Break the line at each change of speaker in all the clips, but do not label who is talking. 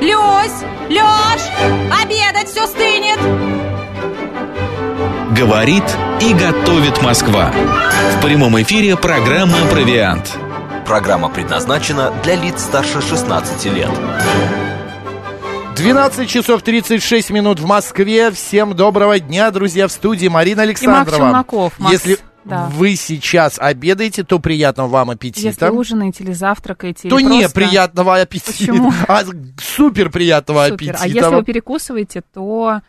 Марусь, Лёш, обедать все стынет.
Говорит и готовит Москва. В прямом эфире программа «Провиант».
Программа предназначена для лиц старше 16 лет.
12 часов 36 минут в Москве. Всем доброго дня, друзья, в студии Марина Александрова.
Челноков, Макс,
Если
да.
вы сейчас обедаете, то приятного вам
Если
аппетита.
ужинаете или завтракаете, или
то не
просто-
приятного аппетита,
Почему?
а супер приятного
Супер.
аппетита.
А если вы перекусываете, то...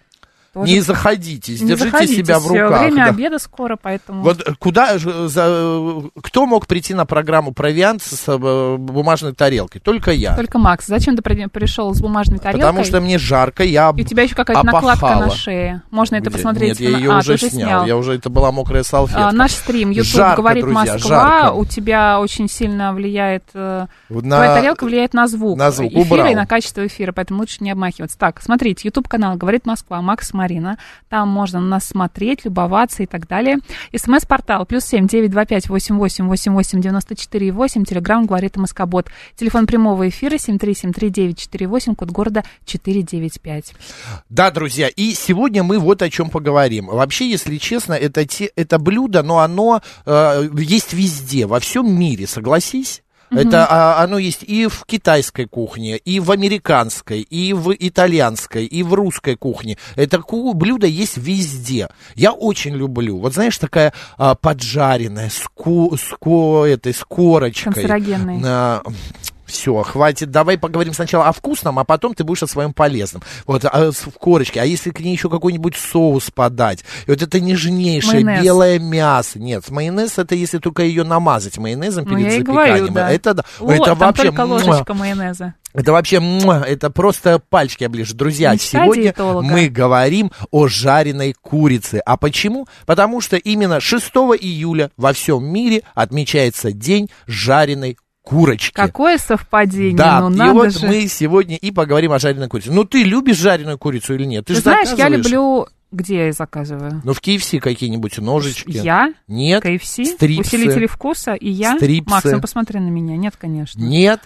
тоже
Не заходите,
не
держите
заходите.
себя в
Всё,
руках.
Время
да.
обеда скоро, поэтому...
Вот э, куда же, э, за, э, кто мог прийти на программу провиант с э, бумажной тарелкой? Только я.
Только, Макс, зачем ты пришел с бумажной тарелкой?
Потому что мне жарко, я об-
И у тебя еще какая-то
опахала.
накладка на шее. Можно это
Где-
посмотреть.
Нет, я
на-
ее
а, ты
уже
уже
снял. Я уже это была мокрая салфетка.
А, наш стрим YouTube
Жарко,
говорит
друзья,
Москва.
жарко.
У тебя очень сильно влияет э,
На-
твоя тарелка влияет на звук,
на звук,
эфира
убрал.
и на качество эфира, поэтому лучше не обмахиваться. Так, смотрите, YouTube канал говорит Москва, Макс Марина. Там можно нас смотреть, любоваться и так далее. СМС-портал плюс семь девять два пять восемь восемь восемь восемь девяносто четыре и восемь. Телеграмм говорит Москобот. Телефон прямого эфира семь три семь три девять четыре восемь. Код города четыре девять пять.
Да, друзья, и сегодня мы вот о чем поговорим. Вообще, если честно, это, те, это блюдо, но оно э, есть везде, во всем мире, согласись? Это а, оно есть и в китайской кухне, и в американской, и в итальянской, и в русской кухне. Это ку- блюдо есть везде. Я очень люблю. Вот знаешь, такая а, поджаренная, с, ку- с ко- этой, с корочкой.
Канцерогенной.
Все, А, хватит. Давай поговорим сначала о вкусном, а потом ты будешь о своем полезном. Вот а, с- в корочке. А если к ней еще какой-нибудь соус подать? И вот это нежнейшее
Майонез.
белое мясо. Нет, майонез это если только ее намазать майонезом
Ну,
перед
я и
запеканием.
говорю, да.
Это да.
Ло-
это
там
вообще.
только
муа.
ложечка майонеза.
Это вообще, муа, это просто пальчики оближу. Друзья,
Мечта
сегодня
диетолога.
мы говорим о жареной курице. А почему? Потому что именно 6 июля во всем мире отмечается день жареной курочки.
Какое совпадение,
Да,
ну
и
надо
вот
же.
мы сегодня и поговорим о жареной курице. Ну, ты любишь жареную курицу или нет? Ты,
Ты,
же
знаешь, я
заказываешь.
люблю... Где я ее заказываю?
Ну, в KFC какие-нибудь ножички.
Я,
Нет,
KFC,
Стрипсы.
усилители вкуса, и я.
Стрипсы.
Макс, ну посмотри на меня. Нет, конечно.
нет.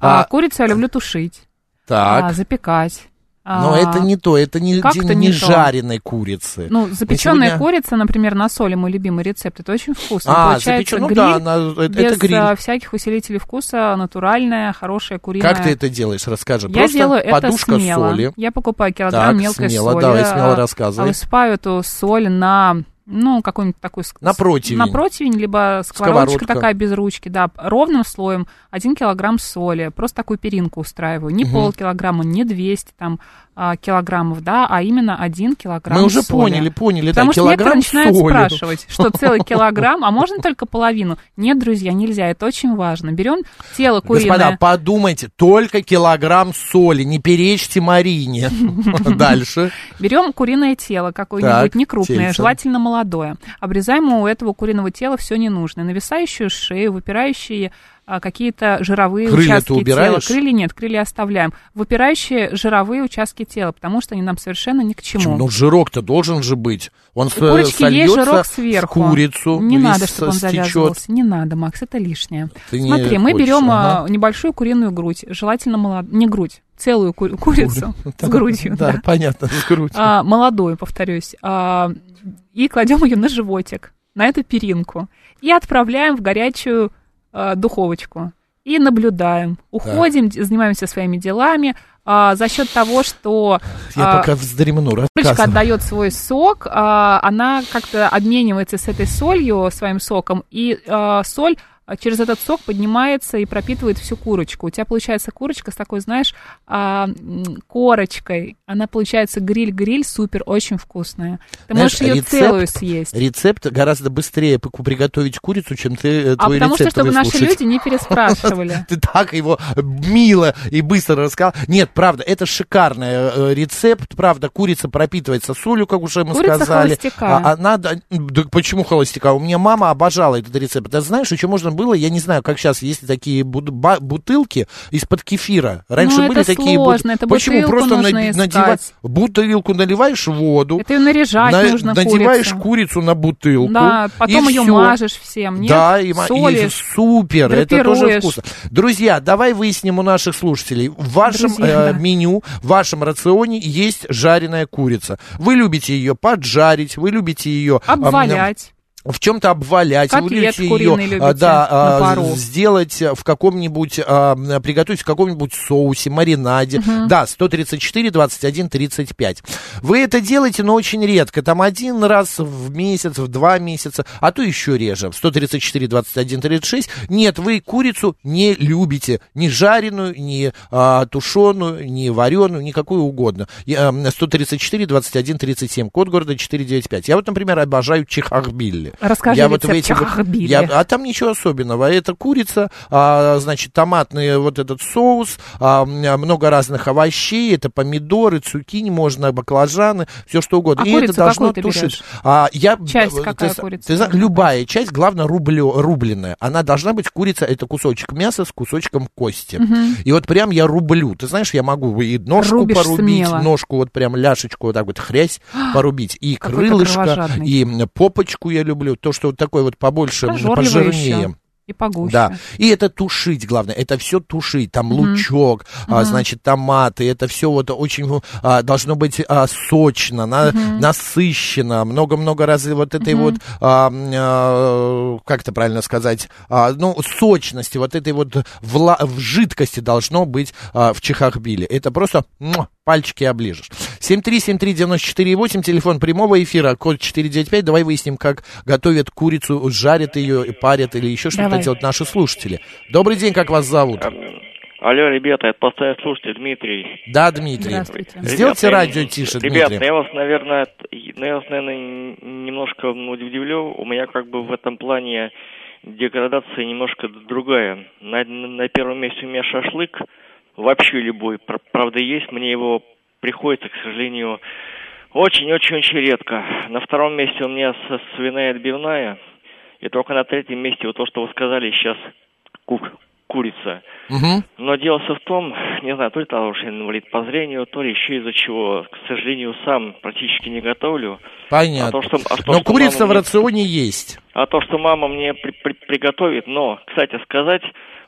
А,
А,
курицу я люблю тушить, а,
так,
запекать. А,
но это не то, это не,
как
день
это
не
не то?
жареной курицы.
Ну, запеченная
сегодня-
курица, например, на соли, мой любимый рецепт, это очень вкусно.
а,
Получается
запечен, ну
гриль
да, она- э- это,
без
гриль.
а, всяких усилителей вкуса, натуральная, хорошая куриная.
Как ты это делаешь, расскажи.
Я
Просто
делаю это
подушка
смело.
соли.
Я покупаю килограмм
Так,
мелкой
смело,
соли.
давай, смело
а,
рассказывай.
А высыпаю эту соль на, ну, какую-нибудь такую... ск-
На противень.
На противень, либо сковородочка
Сковородка.
такая без ручки, да. Ровным слоем 1 килограмм соли. Просто такую перинку устраиваю. Не полкилограмма, не 200 там а, килограммов, да, а именно 1 килограмм
Мы уже
соли.
поняли, поняли,
Потому
да,
что некоторые
килограмм
начинают
соли.
спрашивать, что целый килограмм, а можно только половину? Нет, друзья, нельзя, это очень важно. Берем тело куриное.
Господа, подумайте, только килограмм соли, не перечьте Марине. Дальше.
Берем куриное тело
Так,
какое-нибудь, не крупное,
тельце.
желательно молодое. Обрезаем у этого куриного тела все ненужное. Нависающую шею, выпирающие а, какие-то жировые
Крылья
участки
ты убираешь?
тела. Крылья нет, крылья оставляем. Выпирающие жировые участки тела, потому что они нам совершенно ни к чему.
Почему? Ну, жирок-то должен же быть. Он
У курочки есть
сольется
жирок
в
сверху.
курицу.
Не
весь
надо, чтобы он
стечет.
завязывался. Не надо, Макс, это лишнее.
Ты ну, не
Смотри, мы
хочешь,
берем
ага.
а, небольшую куриную грудь, желательно молод... не грудь, целую ку- курицу э, с грудью.
Да,
да.
понятно, с грудью.
А, молодую, повторюсь, а, и кладем ее на животик, на эту перинку, и отправляем в горячую а, духовочку. И наблюдаем, уходим, д- занимаемся своими делами а, за счет того, что
Я
а,
пока вздремну,
Курочка
рассказывай.
отдает свой сок, а, она как-то обменивается с этой солью, своим соком, и а, соль а, через этот сок поднимается и пропитывает всю курочку. У тебя получается курочка с такой, знаешь, а, м, корочкой. Она получается гриль-гриль, супер, очень вкусная. Ты
Знаешь,
можешь ее
рецепт-
целую съесть.
Рецепт гораздо быстрее пок- приготовить курицу, чем ты э,
а
твой
потому что,
рецепт
чтобы наши
выслушать.
люди не переспрашивали.
Ты так его мило и быстро рассказал. Нет, правда, это шикарный э, рецепт. Правда, курица пропитывается солью, как уже мы
Курица
сказали.
холостяка.
А- она да- да почему холостяка? У меня мама обожала этот рецепт. Ты знаешь, еще можно было, я не знаю, как сейчас, есть такие буд- ба- бутылки из-под кефира. Раньше
Ну,
были
это
такие
сложно, это
Почему
бутылку
просто
нужно
нади-
искать.
надевать бутылку, наливаешь воду,
Это ее наряжать
ну, на-
нужно
надеваешь
курицу.
курицу на бутылку.
Да, потом
и
ее
всё.
мажешь всем, нет?
Да, и, ма- и
солишь.
супер, это тоже
драпируешь.
вкусно. Друзья, давай выясним у наших слушателей. В вашем
Друзья,
э,
да.
меню, в вашем рационе есть жареная курица. Вы любите ее поджарить, вы любите ее
Обвалять.
в чем-то обвалять, вы
Котлет
любите ее
куриный любите
а, да,
на
а,
пару.
сделать в каком-нибудь, а, м, приготовить в каком-нибудь соусе, маринаде. Да, 134, 21, 35. Вы это делаете, но очень редко. Там один раз в месяц, в два месяца, а то еще реже. 134, 21, 36. Нет, вы курицу не любите. Ни жареную, ни а, тушеную, ни вареную, никакую угодно. И, а, м, 134, 21, 37. Код города 495. Я вот, например, обожаю чехарбилли.
Расскажи
Я вот в
рецепт
эти вот-
чахбили.
я- а там ничего особенного. Это курица, а, значит, томатный вот этот соус, а, м, а, много разных овощей, это помидоры, цукини, можно баклажаны, все что угодно.
А
И это
курицу
должно
какую ты
тушить.
берешь?
А, я,
Часть
э,
какая
ты,
курицы
ты зна-
должна
любая часть, главное, рублё- рубленная. Она должна быть курица, это кусочек мяса с кусочком кости. И вот прям я рублю. Ты знаешь, я могу и ножку
Рубишь
порубить,
смело.
ножку вот прям ляшечку вот так вот хрясь порубить, и
Какой ты
крылышко,
кровожадный.
и м, попочку я люблю, то, что вот такой вот побольше, м,
Пожорливо
пожирнее.
еще. И погуще.
Да. И это тушить, главное. Это все тушить. Там лучок, а, значит, томаты. Это все вот очень а, должно быть а, сочно, на- насыщенно. Много-много раз вот этой вот, а, м, а, как это правильно сказать, А, ну, сочности, вот этой вот вла- в жидкости должно быть а, в чехахбиле. Это просто муа, пальчики оближешь. 7373948, телефон прямого эфира, код 495. Давай выясним, как готовят курицу, жарят ее, парят или еще что-то
Давай.
делают наши слушатели. Добрый день, как вас зовут?
Эм,
Алло, ребята, это постоянный слушатель Дмитрий.
Да, Дмитрий.
Здравствуйте.
Сделайте
Ребята,
радио тише,
Ребят, ну
Дмитрий.
я вас, наверное, т- ну я вас, наверное, н- немножко ну, удивлю. У меня как бы в этом плане деградация немножко д- другая. На, на первом месте у меня шашлык, вообще любой, пр- правда есть, мне его приходится, к сожалению, очень-очень-очень редко. На втором месте у меня с- свиная отбивная, и только на третьем месте вот то, что вы сказали сейчас, курица.
Мгм.
Но дело всё в том, не знаю, то ли потому что я инвалид по зрению, то ли еще из-за чего, к сожалению, сам практически не готовлю. А
Понятно.
то, что, а то,
Но
что
курица
мама
в
мне-
рационе есть.
а то, что мама мне при- при- приготовит, но, кстати сказать,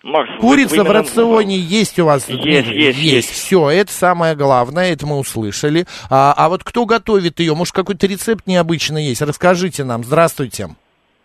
Макс... вы- вы
Курица в
именно-
рационе есть у вас?
Есть,
Дмитрий?
есть, есть.
Все, это самое главное, это мы услышали. А, а вот кто готовит ее? Может, какой-то рецепт необычный есть? Расскажите нам. Здравствуйте.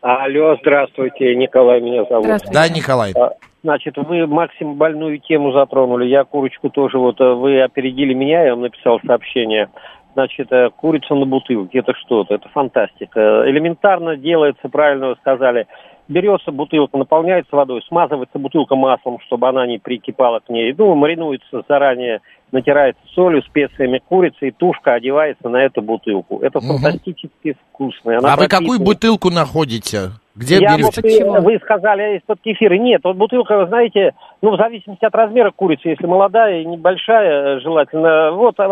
Алло, здравствуйте, Николай меня зовут.
Здравствуйте.
Да, Николай.
А, Значит, вы, Максим, больную тему затронули. Я курочку тоже, вот э, вы опередили меня, я вам написал сообщение. Значит, э, курица на бутылке, это что-то, это фантастика. Элементарно делается, правильно вы сказали. Берется бутылка, наполняется водой, смазывается бутылка маслом, чтобы она не прикипала к ней. Ну, маринуется заранее, натирается солью, специями курица, и тушка одевается на эту бутылку. Это
Мгм.
фантастически вкусно. Она
А вы какую
пропитана.
бутылку находите? Где
Я
берете?
вот, э, вы сказали из-под кефира. Нет, вот бутылка, вы знаете, ну, в зависимости от размера курицы, если молодая и небольшая, э, желательно. Вот а,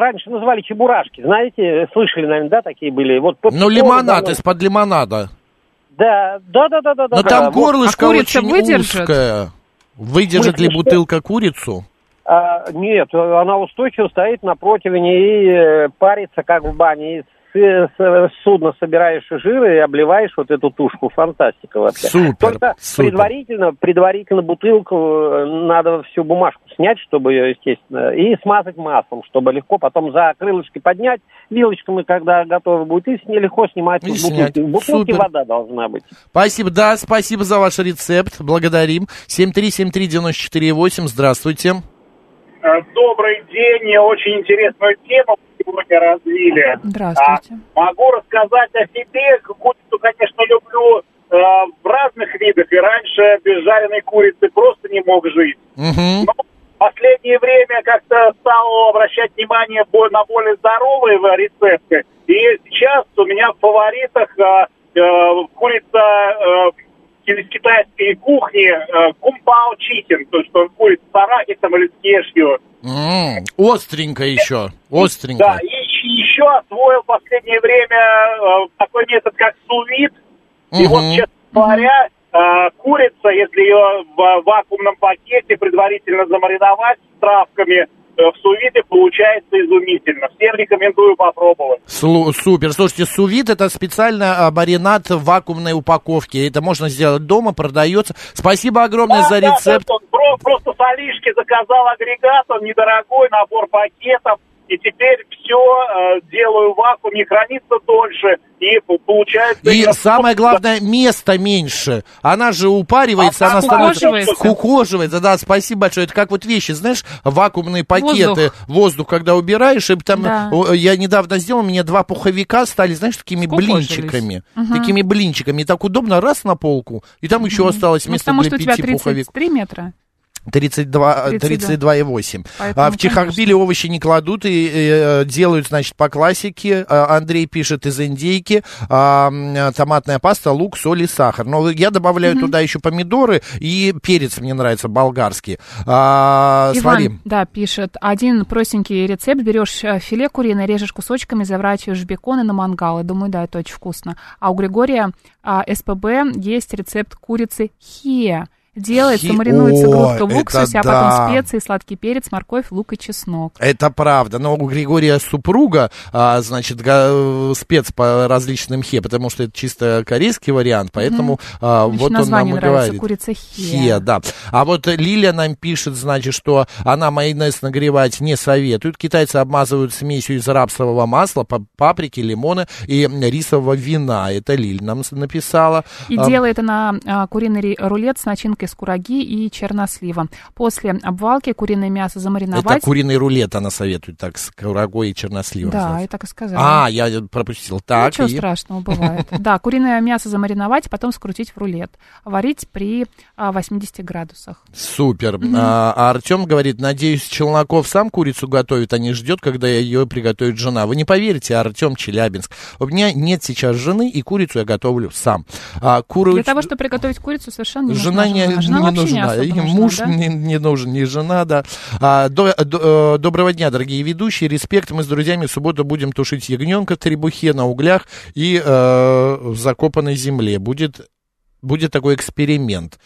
раньше называли чебурашки, знаете, слышали, наверное, да, такие были. Вот, по-
Ну,
по-
лимонад
да,
из-под лимонада.
Да, да, да, да, да.
Но
да,
Ну, там
да, вот.
горлышко
А курица
очень
выдержит?
узкое. Выдержит ли
Выдержит.
бутылка курицу?
А, нет, э, она устойчиво стоит на противне и э, парится, как в бане. И с, э, с, э, с судна собираешь жир и обливаешь вот эту тушку. Фантастика вообще.
Супер,
Только
супер.
предварительно, предварительно бутылку э, надо всю бумажку снять, чтобы ее, естественно, и смазать маслом, чтобы легко потом за крылышки поднять вилочками, когда готово будет, и с ней легко снимать
И
из
снять.
бутылки. В бутылке
Супер.
вода должна быть.
Спасибо, да, спасибо за ваш рецепт. Благодарим. 7373948, здравствуйте.
Э, Добрый день. Очень интересную тему вы сегодня развили.
Здравствуйте.
Могу рассказать о себе. Курицу, конечно, люблю э, в разных видах. И раньше без жареной курицы просто не мог жить.
Мгм.
Но в последнее время как-то стал обращать внимание бо- на более здоровые в- рецепты. И сейчас у меня в фаворитах э, э, курица э, из китайской кухни э, кумпао чикен, то что курица с арахисом или с кешью.
М, Остренько еще,
Да,
остренько.
и щ- еще освоил в последнее время э, такой метод, как сувид. И
Мгм.
вот, честно говоря, э, курица, если ее в вакуумном пакете предварительно замариновать с травками э, в сувиде, получается изумительно. Всем рекомендую попробовать.
Слу- супер. Слушайте, сувит это специально а, маринад в вакуумной упаковке. Это можно сделать дома, продается. Спасибо огромное
Да,
за
да, да,
рецепт.
он про- просто с Алишки заказал агрегат, он недорогой, набор пакетов. И теперь все делаю в вакууме, хранится дольше. И п- получается...
И
именно-
самое главное, места меньше. Она же упаривается,
А
она становится...
Скукоживается.
Скукоживается, да, спасибо большое. Это как вот вещи, знаешь, вакуумные пакеты, воздух, когда убираешь, и там...
Да.
о, Я недавно сделал, у меня два пуховика стали, знаешь, такими
Скукожились.
блинчиками. Такими блинчиками. И так удобно, раз на полку, и там еще осталось
Ну,
место
потому
для
что у
пяти
тебя 33
пуховиков.
метра.
32, э,
32.
32,8.
Поэтому,
а в Чехарбиле овощи не кладут и э, делают, значит, по классике. А, Андрей пишет из индейки. а, м, томатная паста, лук, соль и сахар. Но я добавляю туда еще помидоры и перец, мне нравится, болгарский. А,
Иван,
смотри.
да, пишет. Один простенький рецепт. Берешь э, филе куриное, режешь кусочками, заворачиваешь в бекон и на мангал. И думаю, да, это очень вкусно. А у Григория а, СПБ есть рецепт курицы хия. Делается,
Хи-
маринуется
О,
грудка в уксусе, а
это да.
потом специи, сладкий перец, морковь, лук и чеснок.
Это правда. Но у Григория супруга, а, значит, га- э, спец по различным хе, потому что это чисто корейский вариант, поэтому а,
Мне
вот
ещё
он нам и
название нравится.
говорит.
Курица
Хе,
хия.
да. А вот Лилия нам пишет, значит, что она майонез нагревать не советует. Китайцы обмазывают смесью из рапсового масла, па- паприки, лимона и рисового вина. Это Лиль нам с- написала.
И
А,
делает она а, куриный ри- рулет с начинкой из кураги и чернослива. После обвалки куриное мясо
Это
замариновать.
куриный рулет она советует, так, с курагой и черносливом.
Да, я
значит.
так и сказала. Ну,
А, я пропустил. Так,
Ничего
и-
страшного бывает. Да, куриное мясо замариновать, потом скрутить в рулет. Варить при а, 80 градусах.
Супер. А, Артем говорит, надеюсь, Челноков сам курицу готовит, а не ждет, когда ее приготовит жена. Вы не поверите, Артем Челябинск. У меня нет сейчас жены, и курицу я готовлю сам. А, куру-
Для того, чтобы приготовить курицу, совершенно не
Жена,
нужна
не,
Жена
не
вообще
нужна,
особо
и
нужна,
муж
да?
не, не нужен, не жена, да. А, до- до- э, доброго дня, дорогие ведущие, респект, мы с друзьями в субботу будем тушить ягненка в требухе на углях и э, в закопанной земле. Будет, будет такой эксперимент.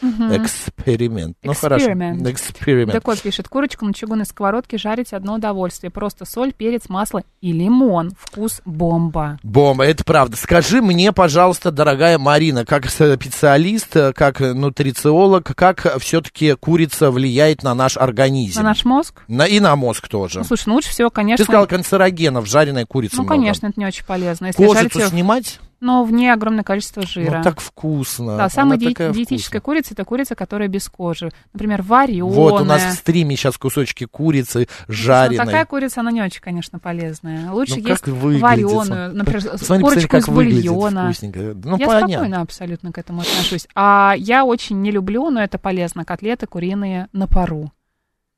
Эксперимент. Ну хорошо.
Experiment.
Эксперимент.
Декот пишет, курочку на чугунной сковородке жарить одно удовольствие. Просто соль, перец, масло и лимон. Вкус бомба.
Бомба, это правда. Скажи мне, пожалуйста, дорогая Марина, как специалист, э, как нутрициолог, как все-таки курица влияет на наш организм?
На наш мозг?
На- и на мозг тоже.
Ну, слушай, ну лучше всего,
Ты
конечно...
сказал канцерогенов, жареная курица
ну,
много.
конечно, это не очень полезно. Если жарить
Кожицу
её-
снимать?
но в ней огромное количество жира.
Ну, так вкусно.
Да, самая
Она
ди-
такая вкусная.
диетическая курица это курица, которая без кожи. Например, вареная.
Вот у нас в стриме сейчас кусочки курицы жареной.
Но Ну, такая курица, она не очень, конечно, полезная. Лучше
Ну,
есть
как выглядит?
вареную, например, с-
Посмотри, посмотри,
курочку
как
из
выглядит
бульона.
вкусненько. Ну,
я
понятно.
спокойно абсолютно к этому отношусь. А я очень не люблю, но это полезно, котлеты куриные на пару.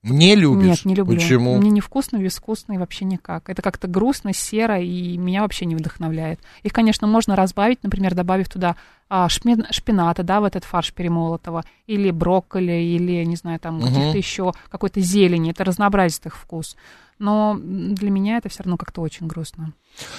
Не любишь?
Нет, не люблю.
Почему?
Мне невкусно, безвкусно и вообще никак. Это как-то грустно, серо и меня вообще не вдохновляет. Их, конечно, можно разбавить, например, добавив туда а, шпин- шпината, да, в этот фарш перемолотого, или брокколи, или, не знаю, там, каких-то еще какой-то зелени. Это разнообразит их вкус. Но м, для меня это все равно как-то очень грустно.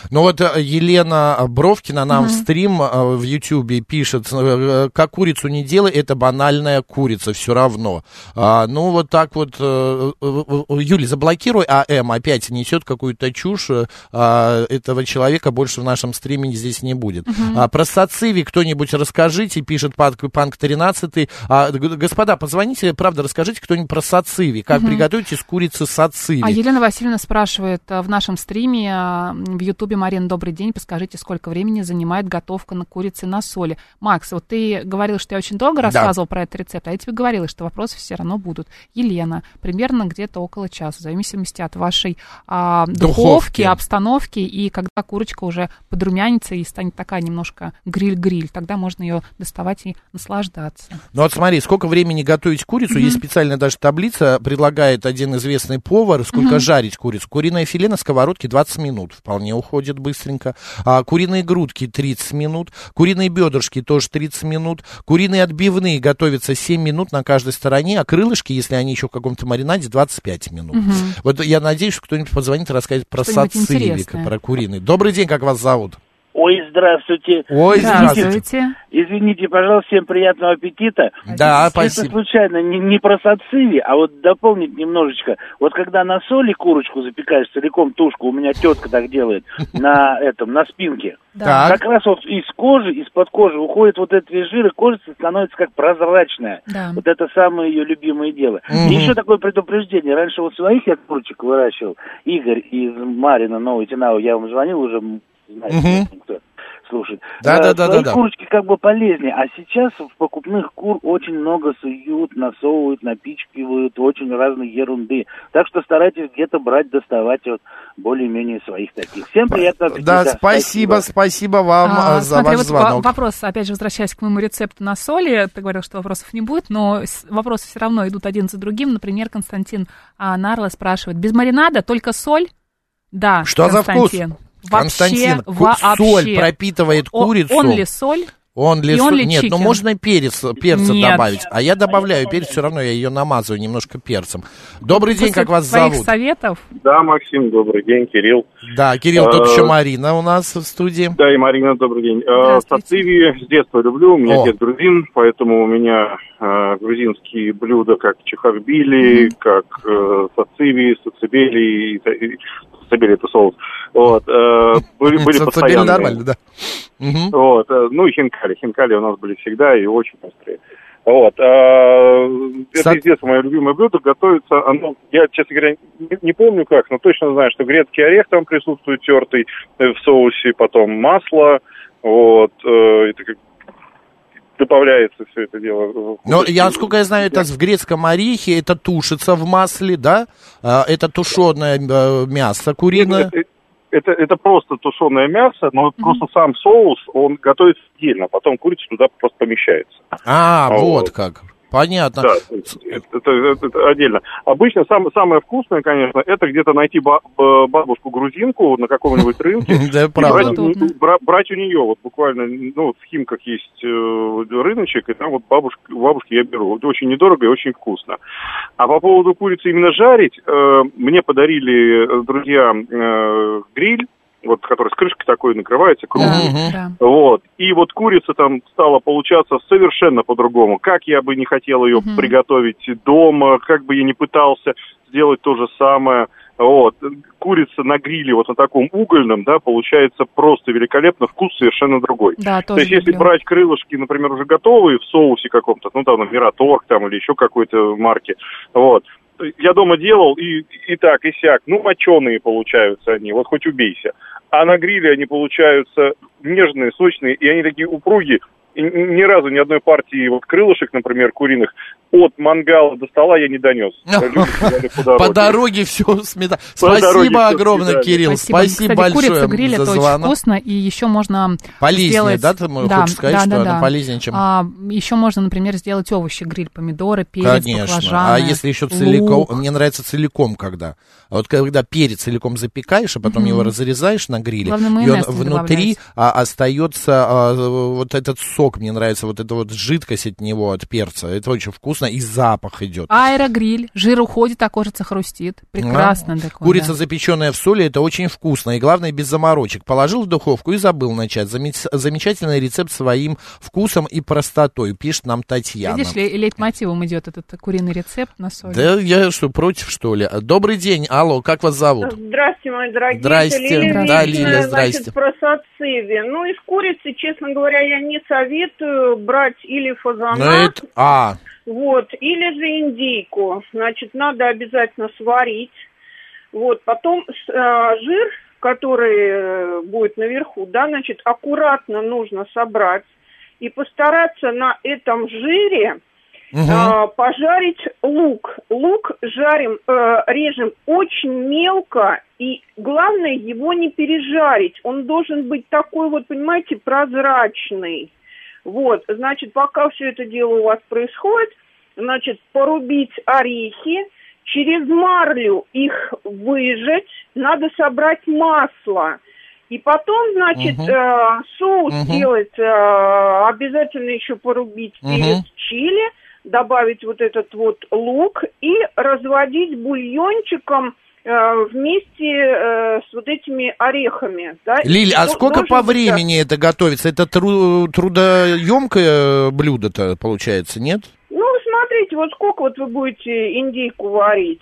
Ну вот э, Елена Бровкина нам в стрим э, в Ютьюбе пишет, э, как курицу не делай, это банальная курица, все равно. А, ну вот так вот, э, э, э, Юля, заблокируй, а М опять несет какую-то чушь, э, а, этого человека больше в нашем стриме здесь не будет. А, про социви кто-нибудь расскажите, пишет Панк, Панк 13. А, г- господа, позвоните, правда, расскажите кто-нибудь про социви, как приготовить из курицы социви.
А Елена Васильевна спрашивает а, в нашем стриме а, в Ютубе Марина, добрый день, подскажите, сколько времени занимает готовка на курице на соли? Макс, вот ты говорил, что я очень долго рассказывал про этот рецепт, а я тебе говорила, что вопросы все равно будут. Елена, примерно где-то около часа, в зависимости от вашей а, духовки,
Духовки.
обстановки и когда курочка уже подрумянится и станет такая немножко гриль-гриль, тогда можно ее доставать и наслаждаться.
Ну вот смотри, сколько времени готовить курицу, есть специальная даже таблица, предлагает один известный повар, сколько жарить курицу. Куриное филе на сковородке 20 минут, вполне уходит быстренько. А, куриные грудки 30 минут, куриные бедрышки тоже 30 минут, куриные отбивные готовятся 7 минут на каждой стороне, а крылышки, если они еще в каком-то маринаде, 25 минут. Вот я надеюсь, что кто-нибудь позвонит и расскажет про
Что-нибудь
сацилик,
интересное.
про куриный. Добрый день, как вас зовут?
Ой, здравствуйте.
Ой, здравствуйте.
Здравствуйте.
Извините, пожалуйста, всем приятного аппетита.
Да,
Это
спасибо.
случайно не, не про сациви, а вот дополнить немножечко. Вот когда на соли курочку запекаешь целиком тушку, у меня тетка так делает на этом, на спинке.
Да.
Так.
Как раз вот из кожи, из-под кожи уходит вот этот весь жир, и кожица становится как прозрачная.
Да.
Вот это самое ее любимое дело.
Мгм.
И еще такое предупреждение. Раньше вот своих я курочек выращивал. Игорь из Марина, Новый Тинау, я вам звонил уже, м, знаете, кто слушает.
Да,
Э,
да, да,
свои
да, да.
курочки как бы полезнее, а сейчас в покупных кур очень много суют, насовывают, напичкивают, очень разной ерунды. Так что старайтесь где-то брать, доставать вот более-менее своих таких. Всем приятного
Да,
аппетита.
спасибо, спасибо вам
А,
а, за
смотри,
ваш
вот
звонок.
во- вопрос, опять же, возвращаясь к моему рецепту на соли, ты говорил, что вопросов не будет, но с- вопросы все равно идут один за другим. Например, Константин а, Нарла спрашивает, без маринада только соль? Да,
Что за вкус?
Константин. Вообще,
Константин, ку- соль
вообще.
пропитывает
О-
курицу.
Он ли соль?
Он ли
И он
со-
ли
Нет, ну
чикен?
можно перец, перца
Нет.
добавить. А я добавляю перец, все равно я ее намазываю немножко перцем. Добрый день,
После
как вас
твоих
зовут?
советов?
Да, Максим, добрый день, Кирилл.
Да, Кирилл,
Э,
тут еще Марина у нас в студии.
Да, и Марина, добрый день. Э,
Здравствуйте.
Сациви с детства люблю, у меня
О.
дед грузин, поэтому у меня э, грузинские блюда, как чехарбили, как э, сациви, сацибели, и та- и- сацибели это соус, вот, э, были, были
Сацабель
постоянные.
нормально, да. Мгм.
Вот, э, ну и хинкали. Хинкали у нас были всегда и очень острые. Вот. э,
Са-
Это из детства мое любимое блюдо. Готовится оно, я, честно говоря, не, не помню как, но точно знаю, что грецкий орех там присутствует тертый э, в соусе, потом масло, вот, э, это как добавляется все это дело.
Но Ну, я, насколько я знаю, это в грецком орехе, это тушится в масле, да? А, Это тушеное э, мясо куриное.
Это, это, это просто тушеное мясо, но просто сам соус, он готовится отдельно, а потом курица туда просто помещается.
А,
а,
вот
вот.
как. Понятно.
Да, это, это- это отдельно. Обычно сам- самое вкусное, конечно, это где-то найти ба- э, бабушку грузинку на каком-нибудь рынке. и
Да,
брать,
правда.
у
Удобно.
нее- бра- брать у нее, вот буквально, ну, вот в Химках есть э, рыночек, и там вот бабушка, у бабушки я беру. Вот очень недорого и очень вкусно. А по поводу курицы именно жарить, э, мне подарили э, друзья э, гриль, вот который с крышкой такой накрывается, круглый.
Да,
Мгм.
да.
Вот. И вот курица там стала получаться совершенно по-другому. Как я бы не хотел ее
Мгм.
приготовить дома, как бы я не пытался сделать то же самое. Вот. Курица на гриле, вот на таком угольном, да, получается просто великолепно, вкус совершенно другой.
Да,
То
тоже
есть, если
люблю.
брать крылышки, например, уже готовые в соусе каком-то, ну, там, Мираторг там или еще какой-то марки, вот, я дома делал и, и так, и сяк, ну, моченые получаются они, вот хоть убейся. А на гриле они получаются нежные, сочные, и они такие упругие, и н- ни разу ни одной партии вот крылышек, например, куриных, от мангала до стола я не донес. Люди съели
По дороге все смета.
дороге
Спасибо
всё
огромное,
съедали.
Кирилл. Спасибо
Кстати, курица гриль
большое
это
за
очень
звонок.
вкусно, и еще можно
Полезнее,
сделать-
да, ты м-
Да,
хочешь сказать,
да,
что
да,
она
да.
полезнее, чем...
еще а, можно, например, сделать овощи, гриль, помидоры, перец,
Конечно.
баклажаны,
А если еще
лук.
целиком, мне нравится целиком, когда. А Вот когда перец целиком запекаешь, а потом
Мгм.
его разрезаешь на гриле,
Главное,
и он
майонез не
внутри
добавлять.
а, остается а, вот этот сок, мне нравится, вот эта вот жидкость от него, от перца. Это очень вкусно, и запах идет.
Аэрогриль, жир уходит, а кожица хрустит. Прекрасно такое.
Ну, Курица,
да.
запеченная в соли, это очень вкусно. И главное, без заморочек. Положил в духовку и забыл начать. Замец- Замечательный рецепт своим вкусом и простотой, пишет нам Татьяна.
Видишь, ли, лейтмотивом идет этот куриный рецепт на соли.
Да я что, против, что ли? Добрый день, алло, как вас зовут?
Здравствуйте, мои дорогие.
Здрасте.
Это Лилия
Да,
Ильинична,
Лиля, здрасте.
Значит, про сациви. Ну, из курицы, честно говоря, я не советую брать или фазана,
Ну, это- А,
вот, или же индейку. Значит, надо обязательно сварить. Вот, потом с- э, жир, который э, будет наверху, да, значит, аккуратно нужно собрать и постараться на этом жире
мгм.
а, пожарить лук. Лук жарим, э, режем очень мелко, и главное его не пережарить. Он должен быть такой вот, понимаете, прозрачный. Вот, значит, пока все это дело у вас происходит, значит, порубить орехи, через марлю их выжать, надо собрать масло. И потом, значит,
Мгм.
э, соус
Мгм.
делать, э, обязательно еще порубить
Мгм.
перец чили, добавить вот этот вот лук и разводить бульончиком э, э, вместе э, с вот этими орехами. Да? и ну,
Лиль, а
до-
сколько по
должен быть, да.
времени это готовится? Это тру- трудоемкое блюдо-то получается, нет?
Ну, смотрите, вот сколько вот вы будете индейку варить?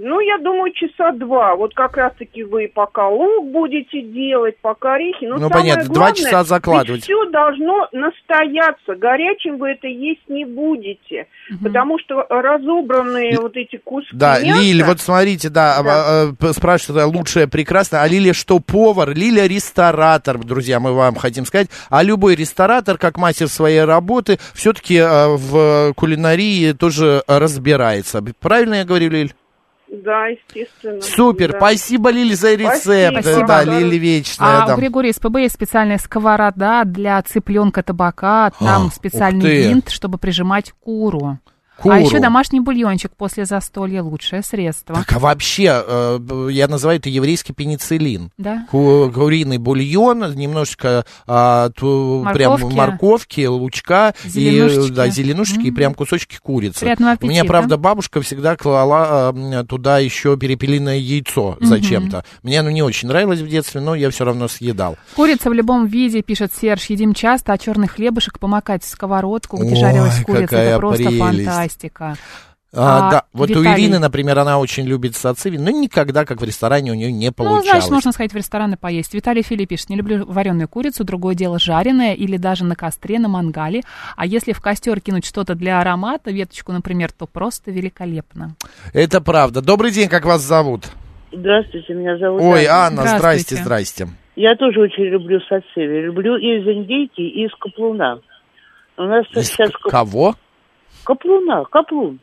Ну, я думаю, часа два. Вот как раз-таки вы пока лук будете делать, пока орехи. Но
Ну,
самое
понятно, два
главное,
часа закладывать.
все должно настояться. Горячим вы это есть не будете. Потому что разобранные вот эти куски
Да,
мяса...
Лиль, вот смотрите, да, а, а, п- спрашивают, а, лучшее прекрасно. А Лилия что, повар? Лилия ресторатор, друзья, мы вам хотим сказать. А любой ресторатор, как мастер своей работы, все-таки в кулинарии тоже разбирается. Правильно я говорю, Лиль?
Да, естественно.
Супер,
да.
Ну, спасибо, Лиль, за рецепт.
Спасибо.
Да, Лили Вечная.
А
да.
у Григория СПБ есть специальная сковорода для цыпленка табака. Там
А, ух
специальный
ты.
винт, чтобы прижимать куру.
Куру.
А еще домашний бульончик после застолья лучшее средство.
Так, а вообще, э, б- я называю это еврейский пенициллин.
Да.
Ку- куриный бульон, немножечко а, ту- прям
Морковки.
морковки, лучка, и,
Зеленушечки.
да, зеленушки, и прям кусочки курицы.
Приятного
У меня,
аппетита.
правда, бабушка всегда клала а, м, туда еще перепелиное яйцо зачем-то. Мне оно не очень нравилось в детстве, но я все равно съедал.
Курица в любом виде, пишет Серж, едим часто, а черный хлебушек помакать в сковородку, где
Ой,
жарилась курица.
какая
Это просто
прелесть.
фантастика.
А,
А,
да, вот у
Виталий?
Ирины, например, она очень любит сацивин, но никогда, как в ресторане, у нее не получалось.
Ну, значит, нужно сходить в ресторан и поесть. Виталий Филипп пишет, не люблю вареную курицу, другое дело жареное или даже на костре, на мангале. А если в костер кинуть что-то для аромата, веточку, например, то просто великолепно.
Это правда. Добрый день, как вас зовут?
Здравствуйте, меня зовут
Ой, а?
Анна.
Анна, здрасте, здрасте.
Я тоже очень люблю сациви. Люблю и из индейки, и из каплуна. У нас сейчас кап-
Кого?
каплуна, каплун.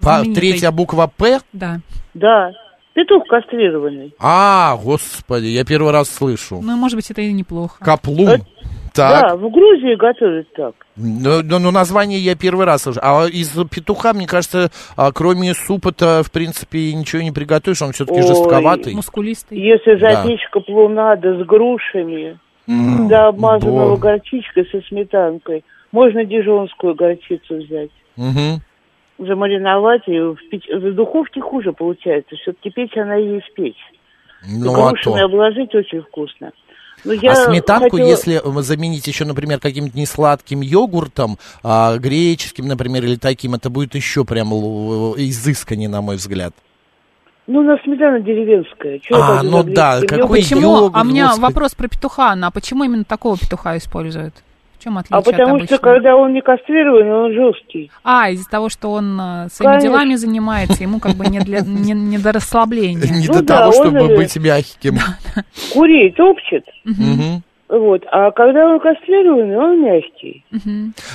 Па-
Знаменитой.
третья буква П?
Да.
Да, петух кастрированный.
А, господи, я первый раз слышу.
Ну, может быть, это и неплохо.
Каплун.
Э, Да,
Так,
в Грузии готовят так.
ну, ну, ну, название я первый раз слышу. А из петуха, мне кажется, а, кроме супа-то, в принципе, ничего не приготовишь, он все-таки
Ой.
жестковатый.
Мускулистый.
Если
Да.
запечь каплуна, да с грушами, да обмазанного
бо.
горчичкой со сметанкой, можно дижонскую горчицу взять.
Мгм.
Замариновать ее в, печ- в духовке хуже получается. Все-таки печь она и есть печь.
Ну, а
грушами
то.
обложить очень вкусно. Но
А сметанку,
хотела-
если э, заменить еще, например, каким-то несладким йогуртом, а, греческим, например, или таким, это будет еще прям л- э, изысканнее, на мой взгляд.
Ну, у нас сметана деревенская. Чего
А,
там
ну
английский
да,
мёд?
какой
почему?
йогурт,
а у меня
господи.
вопрос про петуха, Анна. А почему именно такого петуха используют? В чем отличие
А потому
от
что,
обычного?
когда он не кастрированный, он жесткий.
А, из-за того, что он э, своими
Конечно.
делами занимается, ему как бы не, для, не, не до расслабления.
Не
Ну
до
да,
того,
он
чтобы
же-
быть мягким.
Курей топчет,
Мгм.
вот. А когда он кастрированный, он мягкий.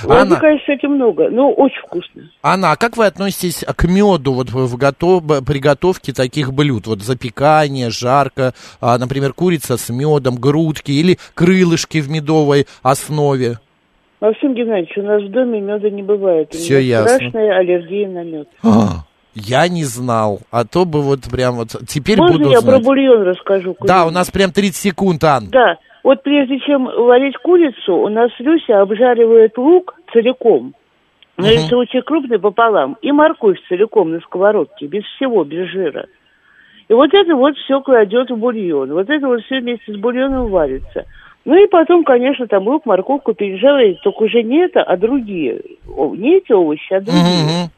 Анна,
Логика, кстати, много, но очень вкусно.
Анна, а как вы относитесь к меду вот в в готов... приготовке таких блюд? Вот запекание, жарко, а, например, курица с медом, грудки или крылышки в медовой основе?
Максим Геннадьевич, у нас в доме меда не бывает. У
Всё
меня
ясно.
Страшная аллергия на мед.
А, Я не знал, а то бы вот прям вот теперь
Можно
буду
я про
знать.
бульон расскажу?
Да,
куриный?
у нас прям 30 секунд, Ан.
Да, вот прежде чем варить курицу, у нас Люся обжаривает лук целиком. Но если очень крупный пополам. И морковь целиком на сковородке, без всего, без жира. И вот это вот все кладет в бульон. Вот это вот все вместе с бульоном варится. Ну и потом, конечно, там лук, морковку пережаривает, только уже не это, а другие. О, Не эти овощи, а другие.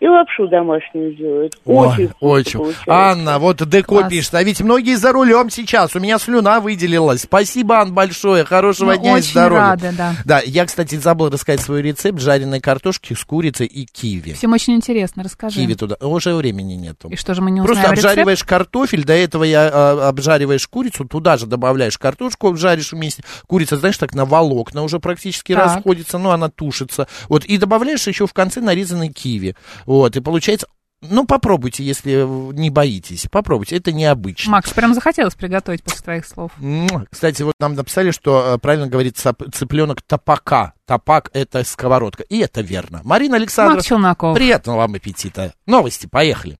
И лапшу домашнюю делают.
Ой,
Очень вкусно
очень. А
получается.
Анна, вот Деко
Класс.
пишет, а ведь многие за рулем сейчас, у меня слюна выделилась. Спасибо, Ан, большое, хорошего
Мы
дня и
Ну, очень
здоровья.
рады, да.
Да, я, кстати, забыл рассказать свой рецепт жареной картошки с курицей и киви.
Всем очень интересно, расскажи.
Киви туда. Уже времени нету.
И что же мы не
Просто
узнаем рецепт?
обжариваешь картофель, до этого я а, обжариваешь курицу, туда же добавляешь картошку, обжаришь вместе. Курица, знаешь, так на волокна уже практически
Так.
расходится, но она тушится. Вот, и добавляешь еще в конце нарезанный киви. Вот, и получается... Ну, попробуйте, если не боитесь. Попробуйте, это необычно.
Макс, прям захотелось приготовить после твоих слов.
М, Кстати, вот нам написали, что э, правильно говорит цап- цыпленок топака. Топак – это сковородка. И это верно. Марина Александровна,
Макс Челноков.
приятного вам аппетита. Новости, поехали.